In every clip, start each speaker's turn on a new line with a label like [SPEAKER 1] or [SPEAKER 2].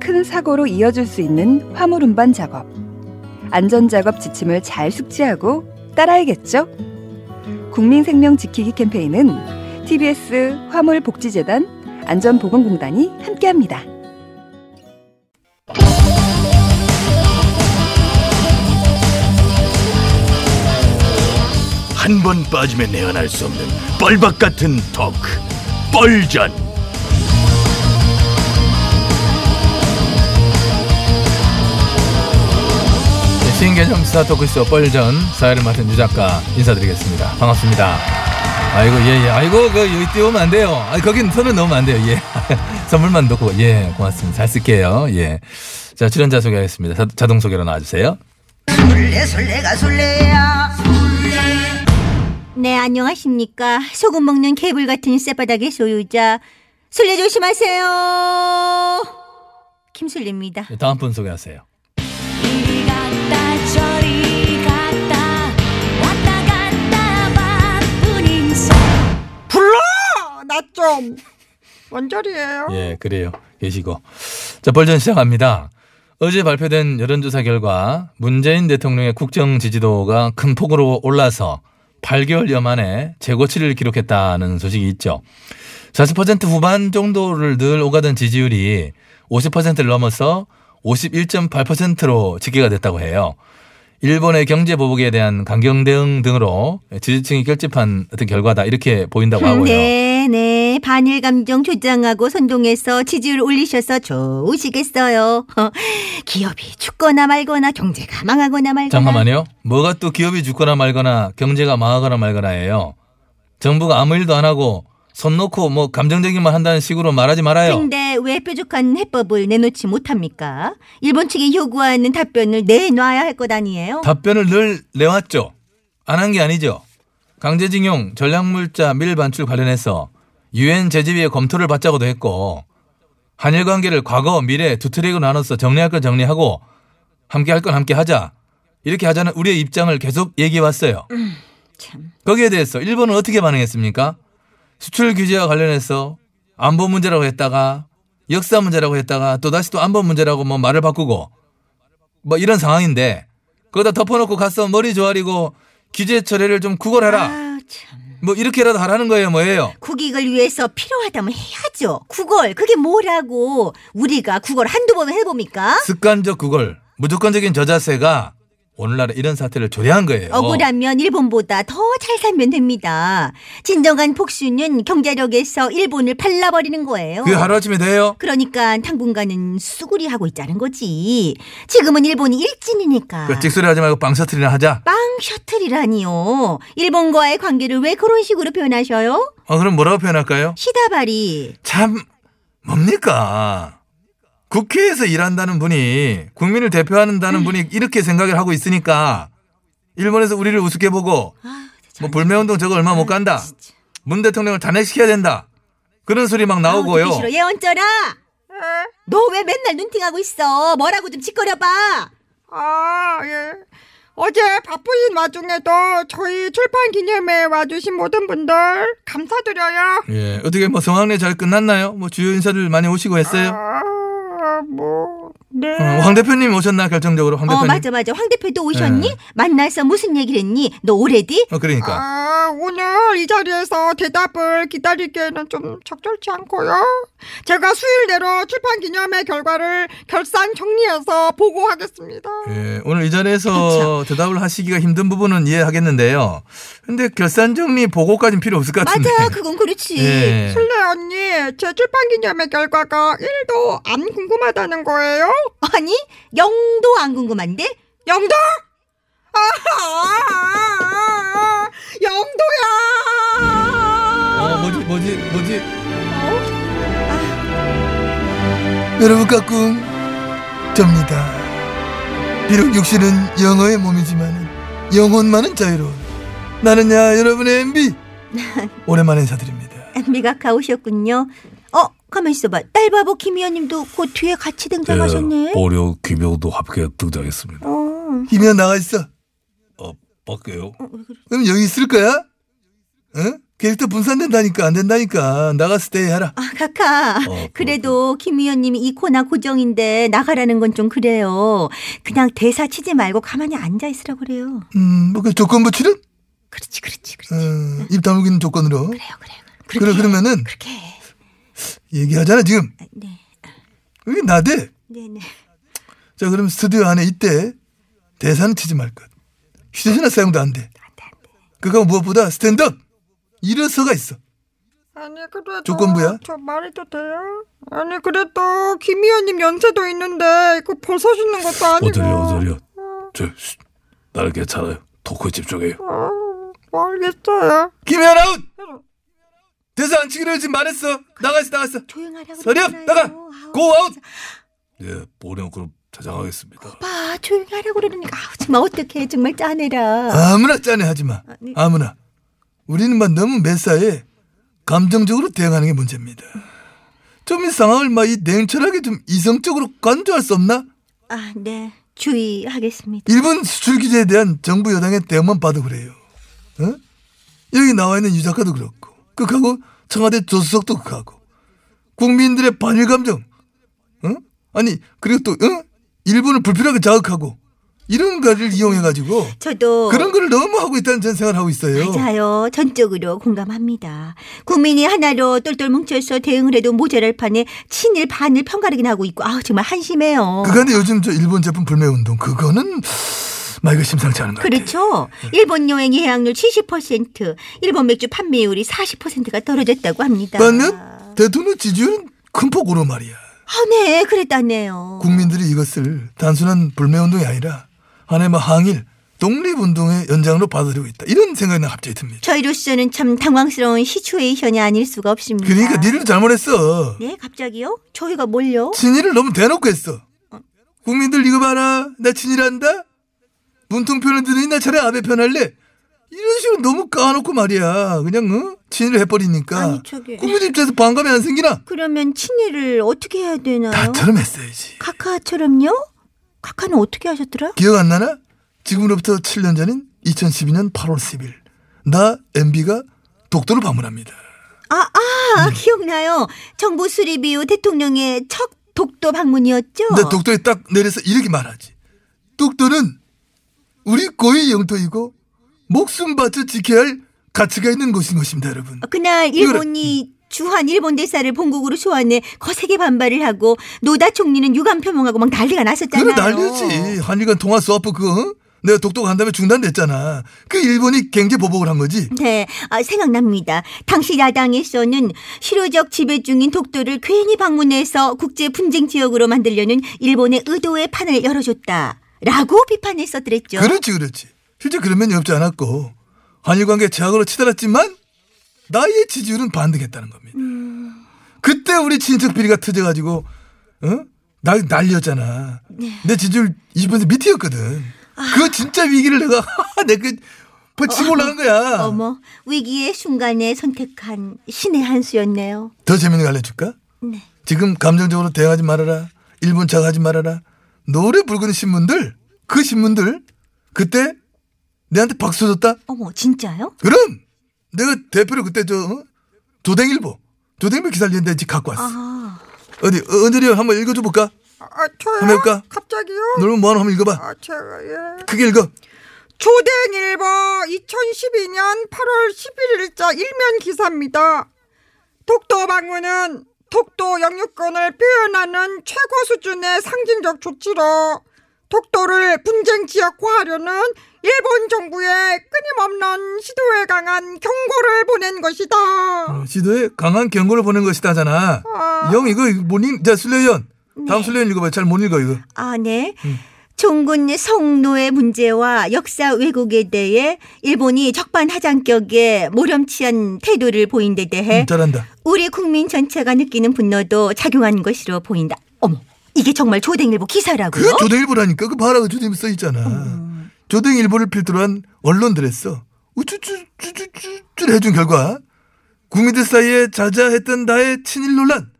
[SPEAKER 1] 큰 사고로 이어질 수 있는 화물 운반 작업. 안전 작업 지침을 잘 숙지하고 따라야겠죠. 국민 생명 지키기 캠페인은 TBS 화물 복지재단 안전보건공단이 함께합니다.
[SPEAKER 2] 한 번 빠지면 내안할 수 없는 뻘박 같은 토크 뻘전
[SPEAKER 3] 네, 신개념 시사 토크쇼 뻘전 사회를 맡은 유 작가 인사드리겠습니다. 반갑습니다. 아이고 예예 아이고 그 여기 띄우면 안 돼요. 아 거긴 손을 넣으면 안 돼요. 예 선물만 넣고 예 고맙습니다. 잘 쓸게요. 예자 출연자 소개하겠습니다. 자, 자동 소개로 나와주세요.
[SPEAKER 4] 술래 술래가 술래야 네 안녕하십니까 소금 먹는 개불 같은 쌔바닥의 소유자 술래 조심하세요 김술래입니다
[SPEAKER 3] 네, 다음 분 소개하세요.
[SPEAKER 5] 이리 갔다 저리 갔다 왔다 갔다 바쁜 인생
[SPEAKER 4] 나좀 원절이에요
[SPEAKER 3] 예, 그래요. 계시고. 자, 벌전 시작합니다. 어제 발표된 여론조사 결과 문재인 대통령의 국정 지지도가 큰 폭으로 올라서 8개월여 만에 최고치를 기록했다는 소식이 있죠. 40% 후반 정도를 늘 오가던 지지율이 50%를 넘어서 51.8%로 집계가 됐다고 해요. 일본의 경제 보복에 대한 강경 대응 등으로 지지층이 결집한 어떤 결과다 이렇게 보인다고 하고요.
[SPEAKER 4] 네. 네네 반일 감정 조장하고 선동해서 지지율 올리셔서 좋으시겠어요 기업이 죽거나 말거나 경제가 망하거나 말거나
[SPEAKER 3] 잠깐만요. 뭐가 또 기업이 죽거나 말거나 경제가 망하거나 말거나예요. 정부가 아무 일도 안 하고 손 놓고 뭐 감정적인 말 한다는 식으로 말하지 말아요.
[SPEAKER 4] 근데 왜 뾰족한 해법을 내놓지 못합니까? 일본 측이 요구하는 답변을 내놔야 할 것 아니에요?
[SPEAKER 3] 답변을 늘 내왔죠. 안 한 게 아니죠. 강제징용, 전략물자 밀반출 관련해서 유엔 제재위의 검토를 받자고도 했고 한일 관계를 과거, 미래 두 트랙으로 나눠서 정리할 건 정리하고 함께 할 건 함께 하자. 이렇게 하자는 우리의 입장을 계속 얘기해 왔어요.
[SPEAKER 4] 음, 참.
[SPEAKER 3] 거기에 대해서 일본은 어떻게 반응했습니까? 수출 규제와 관련해서 안보 문제라고 했다가 역사 문제라고 했다가 또 다시 또 안보 문제라고 뭐 말을 바꾸고 뭐 이런 상황인데 거기다 덮어놓고 가서 머리 조아리고 규제 철회를 좀 구걸해라
[SPEAKER 4] 아, 참.
[SPEAKER 3] 뭐 이렇게라도 하라는 거예요 뭐예요?
[SPEAKER 4] 국익을 위해서 필요하다면 해야죠. 구걸 그게 뭐라고 우리가 구걸 한두 번 해봅니까?
[SPEAKER 3] 습관적 구걸 무조건적인 저자세가 오늘날의 이런 사태를 조례한 거예요.
[SPEAKER 4] 억울하면 일본보다 더 잘 살면 됩니다. 진정한 복수는 경제력에서 일본을 발라버리는 거예요.
[SPEAKER 3] 그게 하루아침에 돼요?
[SPEAKER 4] 그러니까 당분간은 수구리 하고 있자는 거지. 지금은 일본이 일진이니까.
[SPEAKER 3] 그 찍소리 하지 말고 방사틀이나 하자.
[SPEAKER 4] 빵 셔틀이라니요. 일본과의 관계를 왜 그런 식으로 표현하셔요?
[SPEAKER 3] 어, 그럼 뭐라고 표현할까요?
[SPEAKER 4] 시다바리.
[SPEAKER 3] 참 뭡니까? 국회에서 일한다는 분이 국민을 대표한다는 분이 이렇게 생각을 하고 있으니까 일본에서 우리를 우습게 보고
[SPEAKER 4] 아,
[SPEAKER 3] 뭐 불매운동 저거 얼마 못 간다. 문 대통령을 잔액시켜야 된다. 그런 소리 막
[SPEAKER 4] 아우, 듣기
[SPEAKER 3] 나오고요.
[SPEAKER 4] 싫어. 예, 예언절아. 너 왜 맨날 눈팅하고 있어? 뭐라고 좀 짓거려봐.
[SPEAKER 6] 아, 예. 어제 바쁘신 와중에도 저희 출판 기념회에 와주신 모든 분들 감사드려요.
[SPEAKER 3] 예, 어떻게 뭐 성황리 잘 끝났나요? 뭐 주요 인사들 많이 오시고 했어요?
[SPEAKER 6] 아, 뭐, 네.
[SPEAKER 3] 어, 황 대표님 오셨나 결정적으로 황
[SPEAKER 4] 어,
[SPEAKER 3] 대표님.
[SPEAKER 4] 맞아, 맞아. 황 대표도 오셨니?
[SPEAKER 3] 네.
[SPEAKER 4] 만나서 무슨 얘기를 했니? 너 오래디?
[SPEAKER 3] 어, 그러니까.
[SPEAKER 6] 아, 오늘 이 자리에서 대답을 기다리기에는 좀 적절치 않고요. 제가 수일 내로 출판 기념회 결과를 결산 정리해서 보고하겠습니다.
[SPEAKER 3] 예, 오늘 이
[SPEAKER 4] 그렇죠.
[SPEAKER 3] 자리에서 대답을 하시기가 힘든 부분은 이해하겠는데요. 근데 결산 정리 보고까지는 필요 없을 것 같은데.
[SPEAKER 4] 맞아, 그건 그렇지.
[SPEAKER 3] 네. 예.
[SPEAKER 6] 슬레 언니, 제 출판 기념회 결과가 1도 안 궁금하다는 거예요?
[SPEAKER 4] 아니, 영도 안 궁금한데?
[SPEAKER 6] 영도? 아하! 영도야!
[SPEAKER 3] 어, 뭐지, 뭐지, 뭐지? 여러분 가끔 접니다. 비록 육신은 영어의 몸이지만 영혼만은 자유로운 나는야 여러분의 MB 오랜만에 인사드립니다.
[SPEAKER 4] 미각하 오셨군요. 어, 가만 있어봐. 딸바보 김희연님도 그 뒤에 같이
[SPEAKER 3] 예.
[SPEAKER 4] 등장하셨네.
[SPEAKER 2] 예,
[SPEAKER 3] 뭐.
[SPEAKER 2] 오려 귀병도 합계 등장했습니다.
[SPEAKER 4] 어.
[SPEAKER 3] 김현 어? 나가 있어.
[SPEAKER 2] 어, 밖에요.
[SPEAKER 3] 그럼 여기 있을 거야? 응? 캐릭터 분산된다니까 안 된다니까 나가서 대해하라.
[SPEAKER 4] 아, 카카.
[SPEAKER 3] 뭐,
[SPEAKER 2] 어,
[SPEAKER 4] 그래도 김희연님이 이 코나 고정인데 나가라는 건 좀 그래요. 그냥 대사 치지 말고 가만히 앉아 있으라고 그래요.
[SPEAKER 3] 음, 뭐그 조건부 출은?
[SPEAKER 4] 그렇지, 그렇지, 그렇지.
[SPEAKER 3] 어, 입 다물기는 조건으로.
[SPEAKER 4] 그래요, 그래요. 그렇게
[SPEAKER 3] 그래
[SPEAKER 4] 해,
[SPEAKER 3] 그러면은
[SPEAKER 4] 그렇게 해.
[SPEAKER 3] 얘기하잖아 지금.
[SPEAKER 4] 네,
[SPEAKER 3] 이게 나대.
[SPEAKER 4] 네, 네.
[SPEAKER 3] 자 그럼 스튜디오 안에 이때 대사는 치지 말 것. 휴대전화 사용도 안 돼. 그거 무엇보다 스탠드업 일어서가 있어.
[SPEAKER 6] 아니, 그래도.
[SPEAKER 3] 조건부야?
[SPEAKER 6] 저 말해도 돼요? 아니, 그래도 김희연님 연세도 있는데, 이거 벗어주는 것도 아니고.
[SPEAKER 2] 어들려, 어들려. 저, 쉿. 나는 괜찮아요. 토크에 집중해요.
[SPEAKER 6] 어, 뭐 알겠어요.
[SPEAKER 3] 김현 아웃. 대사 안 치기로 지금 말했어. 나갔어 나갔어.
[SPEAKER 4] 조용하라고.
[SPEAKER 3] 서렴
[SPEAKER 4] 그러잖아요.
[SPEAKER 3] 나가.
[SPEAKER 4] 아우,
[SPEAKER 3] 고 아웃.
[SPEAKER 2] 예, 보령 그룹 자장하겠습니다.
[SPEAKER 4] 봐, 조용하라고 그러니까. 아우, 정말 어떡해. 정말 짜내라.
[SPEAKER 3] 아무나 짠해 하지 마.
[SPEAKER 4] 아니.
[SPEAKER 3] 아무나. 우리는 막 너무 매사에 감정적으로 대응하는 게 문제입니다. 좀 이 상황을 막 이 냉철하게 좀 이성적으로 간주할 수 없나?
[SPEAKER 4] 아, 네. 주의하겠습니다.
[SPEAKER 3] 일본 수출 규제에 대한 정부 여당의 대응만 봐도 그래요. 어? 여기 나와 있는 유 작가도 그렇고, 극하고 청와대 조수석도 극하고, 국민들의 반일 감정, 어? 아니 그리고 또 어? 일본을 불필요하게 자극하고 이런 거를 이용해 가지고
[SPEAKER 4] 저도.
[SPEAKER 3] 그런 걸 너무 하고 있다는 전 생각을 하고 있어요.
[SPEAKER 4] 어. 맞아요. 전적으로 공감합니다. 국민이 하나로 똘똘 뭉쳐서 대응을 해도 모자랄 판에 친일 반일 편가르기나 하고 있고 아우 정말 한심해요.
[SPEAKER 3] 그간에 요즘 저 일본 제품 불매 운동 그거는 마 이거 심상치 않은 것 같아요.
[SPEAKER 4] 그렇죠. 일본 여행 예약률 70%, 일본 맥주 판매율이 40%가 떨어졌다고 합니다.
[SPEAKER 3] 반면 대통령 지지율은 큰 폭으로 말이야.
[SPEAKER 4] 아, 네, 그랬다네요.
[SPEAKER 3] 국민들이 이것을 단순한 불매운동이 아니라 하나의 항일, 독립운동의 연장으로 받아들이고 있다. 이런 생각이 나 갑자기 듭니다.
[SPEAKER 4] 저희로서는 참 당황스러운 시츄에이션이 아닐 수가 없습니다.
[SPEAKER 3] 그러니까 니들도 잘못했어.
[SPEAKER 4] 네, 갑자기요? 저희가 뭘요?
[SPEAKER 3] 친일을 너무 대놓고 했어. 국민들 이거 봐라. 나 친일한다. 문통 편을 드니 나 차라리 아베 편할래. 이런 식으로 너무 까놓고 말이야. 그냥 어? 친일을 해버리니까
[SPEAKER 4] 아니, 저기.
[SPEAKER 3] 국민 입장에서 반감이 안 생기나?
[SPEAKER 4] 그러면 친일을 어떻게 해야 되나요?
[SPEAKER 3] 나처럼 했어야지.
[SPEAKER 4] 카카처럼요? 카카는 어떻게 하셨더라?
[SPEAKER 3] 기억 안 나나? 지금으로부터 7년 전인 2012년 8월 10일 나 MB가 독도를 방문합니다.
[SPEAKER 4] 아,
[SPEAKER 3] 음.
[SPEAKER 4] 아, 기억나요. 정부 수립 이후 대통령의 첫 독도 방문이었죠?
[SPEAKER 3] 근데 네, 독도에 딱 내려서 이렇게 말하지. 독도는 우리 고유 영토이고 목숨 바쳐 지켜야 할 가치가 있는 곳인 것입니다, 여러분.
[SPEAKER 4] 그날 일본이 주한 일본 대사를 본국으로 소환해 거세게 반발을 하고 노다 총리는 유감 표명하고 막 난리가
[SPEAKER 3] 그래
[SPEAKER 4] 났었잖아요.
[SPEAKER 3] 난리지. 한일간 통화 수화포 그거 어? 내가 독도 간 다음에 중단됐잖아. 그 일본이 경제 보복을 한 거지.
[SPEAKER 4] 네, 아, 생각납니다. 당시 야당에서는 실효적 지배 중인 독도를 괜히 방문해서 국제 분쟁 지역으로 만들려는 일본의 의도의 판을 열어줬다라고 비판했었더랬죠.
[SPEAKER 3] 그렇지, 그렇지. 실제 그런 면이 없지 않았고 한일 관계 최악으로 치달았지만 나의 지지율은 반등했다는 겁니다.
[SPEAKER 4] 음.
[SPEAKER 3] 그때 우리 친척 비리가 터져가지고 어? 나 난리였잖아.
[SPEAKER 4] 네.
[SPEAKER 3] 내 지지율 20% 밑이었거든.
[SPEAKER 4] 아.
[SPEAKER 3] 그거 진짜 위기를 내가 내그 뭐 버치고 올라간 거야.
[SPEAKER 4] 어머, 위기의 순간에 선택한 신의 한 수였네요.
[SPEAKER 3] 더 재밌는 거 알려줄까?
[SPEAKER 4] 네.
[SPEAKER 3] 지금 감정적으로 대응하지 말아라. 일본 자하지 말아라. 노래 붉은 신문들 그 신문들 그때 내한테 박수 줬다?
[SPEAKER 4] 어머, 진짜요?
[SPEAKER 3] 그럼 내가 대표로 그때 저 어? 조댕일보 조댕일보 기사를 는데 지금 갖고 왔어.
[SPEAKER 4] 아,
[SPEAKER 3] 어디 어, 은절이 형 한번 읽어줘 볼까?
[SPEAKER 6] 아, 저요?
[SPEAKER 3] 해볼까?
[SPEAKER 6] 갑자기요?
[SPEAKER 3] 너는 뭐하나 한번 읽어봐.
[SPEAKER 6] 아, 제가 예.
[SPEAKER 3] 크게 읽어.
[SPEAKER 6] 조댕일보 2012년 8월 11일자 일면 기사입니다. 독도 방문은 독도 영유권을 표현하는 최고 수준의 상징적 조치로 독도를 분쟁 지역화하려는 일본 정부의 끊임없는 시도에 강한 경고를 보낸 것이다.
[SPEAKER 3] 어, 시도에 강한 경고를 보낸 것이다잖아.
[SPEAKER 6] 아.
[SPEAKER 3] 영 이거 못 읽. 자 술래연 다음 술래연 읽어봐. 잘 못 읽어 이거.
[SPEAKER 4] 아, 네.
[SPEAKER 3] 음.
[SPEAKER 4] 종군 성노의 문제와 역사 왜곡에 대해 일본이 적반하장격의 모렴치한 태도를 보인 데 대해
[SPEAKER 3] 음, 잘한다.
[SPEAKER 4] 우리 국민 전체가 느끼는 분노도 작용한 것으로 보인다. 어머, 이게 정말 조댕일보
[SPEAKER 3] 그
[SPEAKER 4] 기사라고요?
[SPEAKER 3] 조댕일보라니까 그 봐라 그 조댕일보 써 있잖아. 조댕일보를 필두로 한 언론들에서 우쭈쭈쭈쭈쭈 해준 결과 국민들 사이에 자자했던 나의 친일 논란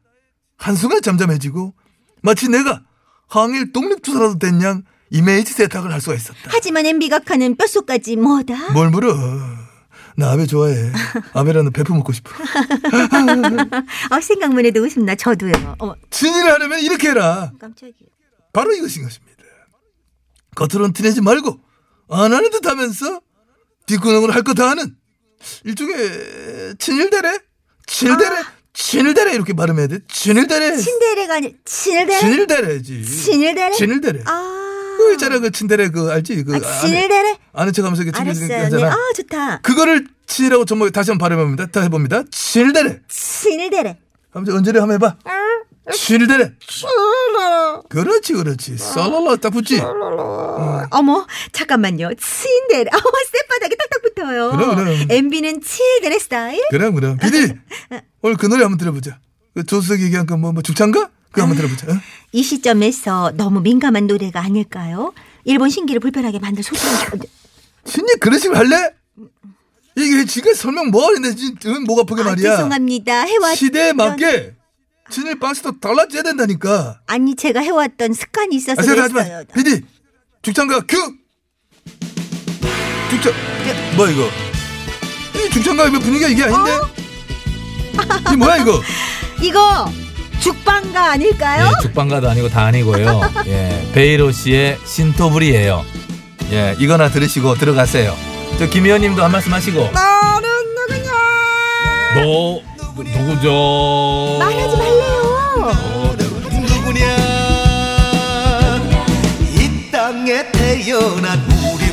[SPEAKER 3] 한순간 잠잠해지고 마치 내가 항일 독립투사라도 된양 이미지 세탁을 할 수가 있었다.
[SPEAKER 4] 하지만 엠비각하는 뼛속까지 뭐다?
[SPEAKER 3] 뭘 물어? 나 아베 좋아해. 아베라는 베프 먹고 싶어.
[SPEAKER 4] 아, 생각만 해도 웃음나 저도요. 어머,
[SPEAKER 3] 친일하려면 이렇게 해라.
[SPEAKER 4] 깜짝이야.
[SPEAKER 3] 바로 이것인 것입니다. 겉으로는 티내지 말고 안 하는 듯 하면서 뒷구멍으로 할 거 다 하는 일종의 친일대래? 친일대래? 친일대래 이렇게 발음해야 돼. 아. 친일대래.
[SPEAKER 4] 친데레가 아니 친일데레?
[SPEAKER 3] 친일대래지.
[SPEAKER 4] 친일대래?
[SPEAKER 3] 친일대래.
[SPEAKER 4] 아,
[SPEAKER 3] 그 있잖아 그 친대래 그 알지? 그
[SPEAKER 4] 아, 친일데레?
[SPEAKER 3] 아는, 아는 척하면서 이렇게
[SPEAKER 4] 알았어요.
[SPEAKER 3] 친일대래
[SPEAKER 4] 네, 아,
[SPEAKER 3] 하잖아.
[SPEAKER 4] 좋다.
[SPEAKER 3] 그거를 치라고 정말 다시 한번 발음해봅니다. 다시 해봅니다. 친일대래.
[SPEAKER 4] 친일데레.
[SPEAKER 3] 한번 언제래 한번 해봐. 아. 친일대래.
[SPEAKER 6] 칠라,
[SPEAKER 3] 그렇지 그렇지. 썰랄라 딱 붙지. 아.
[SPEAKER 4] 어머, 잠깐만요. 친데레. 어머, 쌔바닥에 딱딱 붙어요.
[SPEAKER 3] 그럼, 그럼.
[SPEAKER 4] MB는 친일데레 스타일?
[SPEAKER 3] 그럼 그럼 비디 오늘 그 노래 한번 들어보자 그 조수석 얘기한 그 뭐 뭐 죽창가 그거 한번 들어보자 어?
[SPEAKER 4] 이 시점에서 너무 민감한 노래가 아닐까요? 일본 신기를 불편하게 만들 소중한
[SPEAKER 3] 그 신이 그러시면 할래 이게 지금 설명 뭐 하는데 지금 목 아프게
[SPEAKER 4] 아,
[SPEAKER 3] 말이야
[SPEAKER 4] 죄송합니다. 해왔
[SPEAKER 3] 시대에 맞게 진일 방식도 달라져야 된다니까
[SPEAKER 4] 아니 제가 해왔던 습관이 있어서
[SPEAKER 3] 아 생각하지 마
[SPEAKER 4] 그랬어요.
[SPEAKER 3] 비디 죽창가 큐 죽창 뭐야 이거 이 죽창가 이거 분위기가 이게 아닌데
[SPEAKER 4] 어?
[SPEAKER 3] 이 뭐야 이거
[SPEAKER 4] 이거 죽방가 아닐까요?
[SPEAKER 7] 예, 죽방가도 아니고 다 아니고요. 예, 베이로 씨의 신토불이에요. 예, 이거나 들으시고 들어가세요. 저 김의원님도 한 말씀 하시고.
[SPEAKER 6] 나는 누구냐?
[SPEAKER 7] 너 누구죠?
[SPEAKER 3] 네.
[SPEAKER 4] 말하지 말래요.
[SPEAKER 2] 누구냐 이 땅에 태어난 우리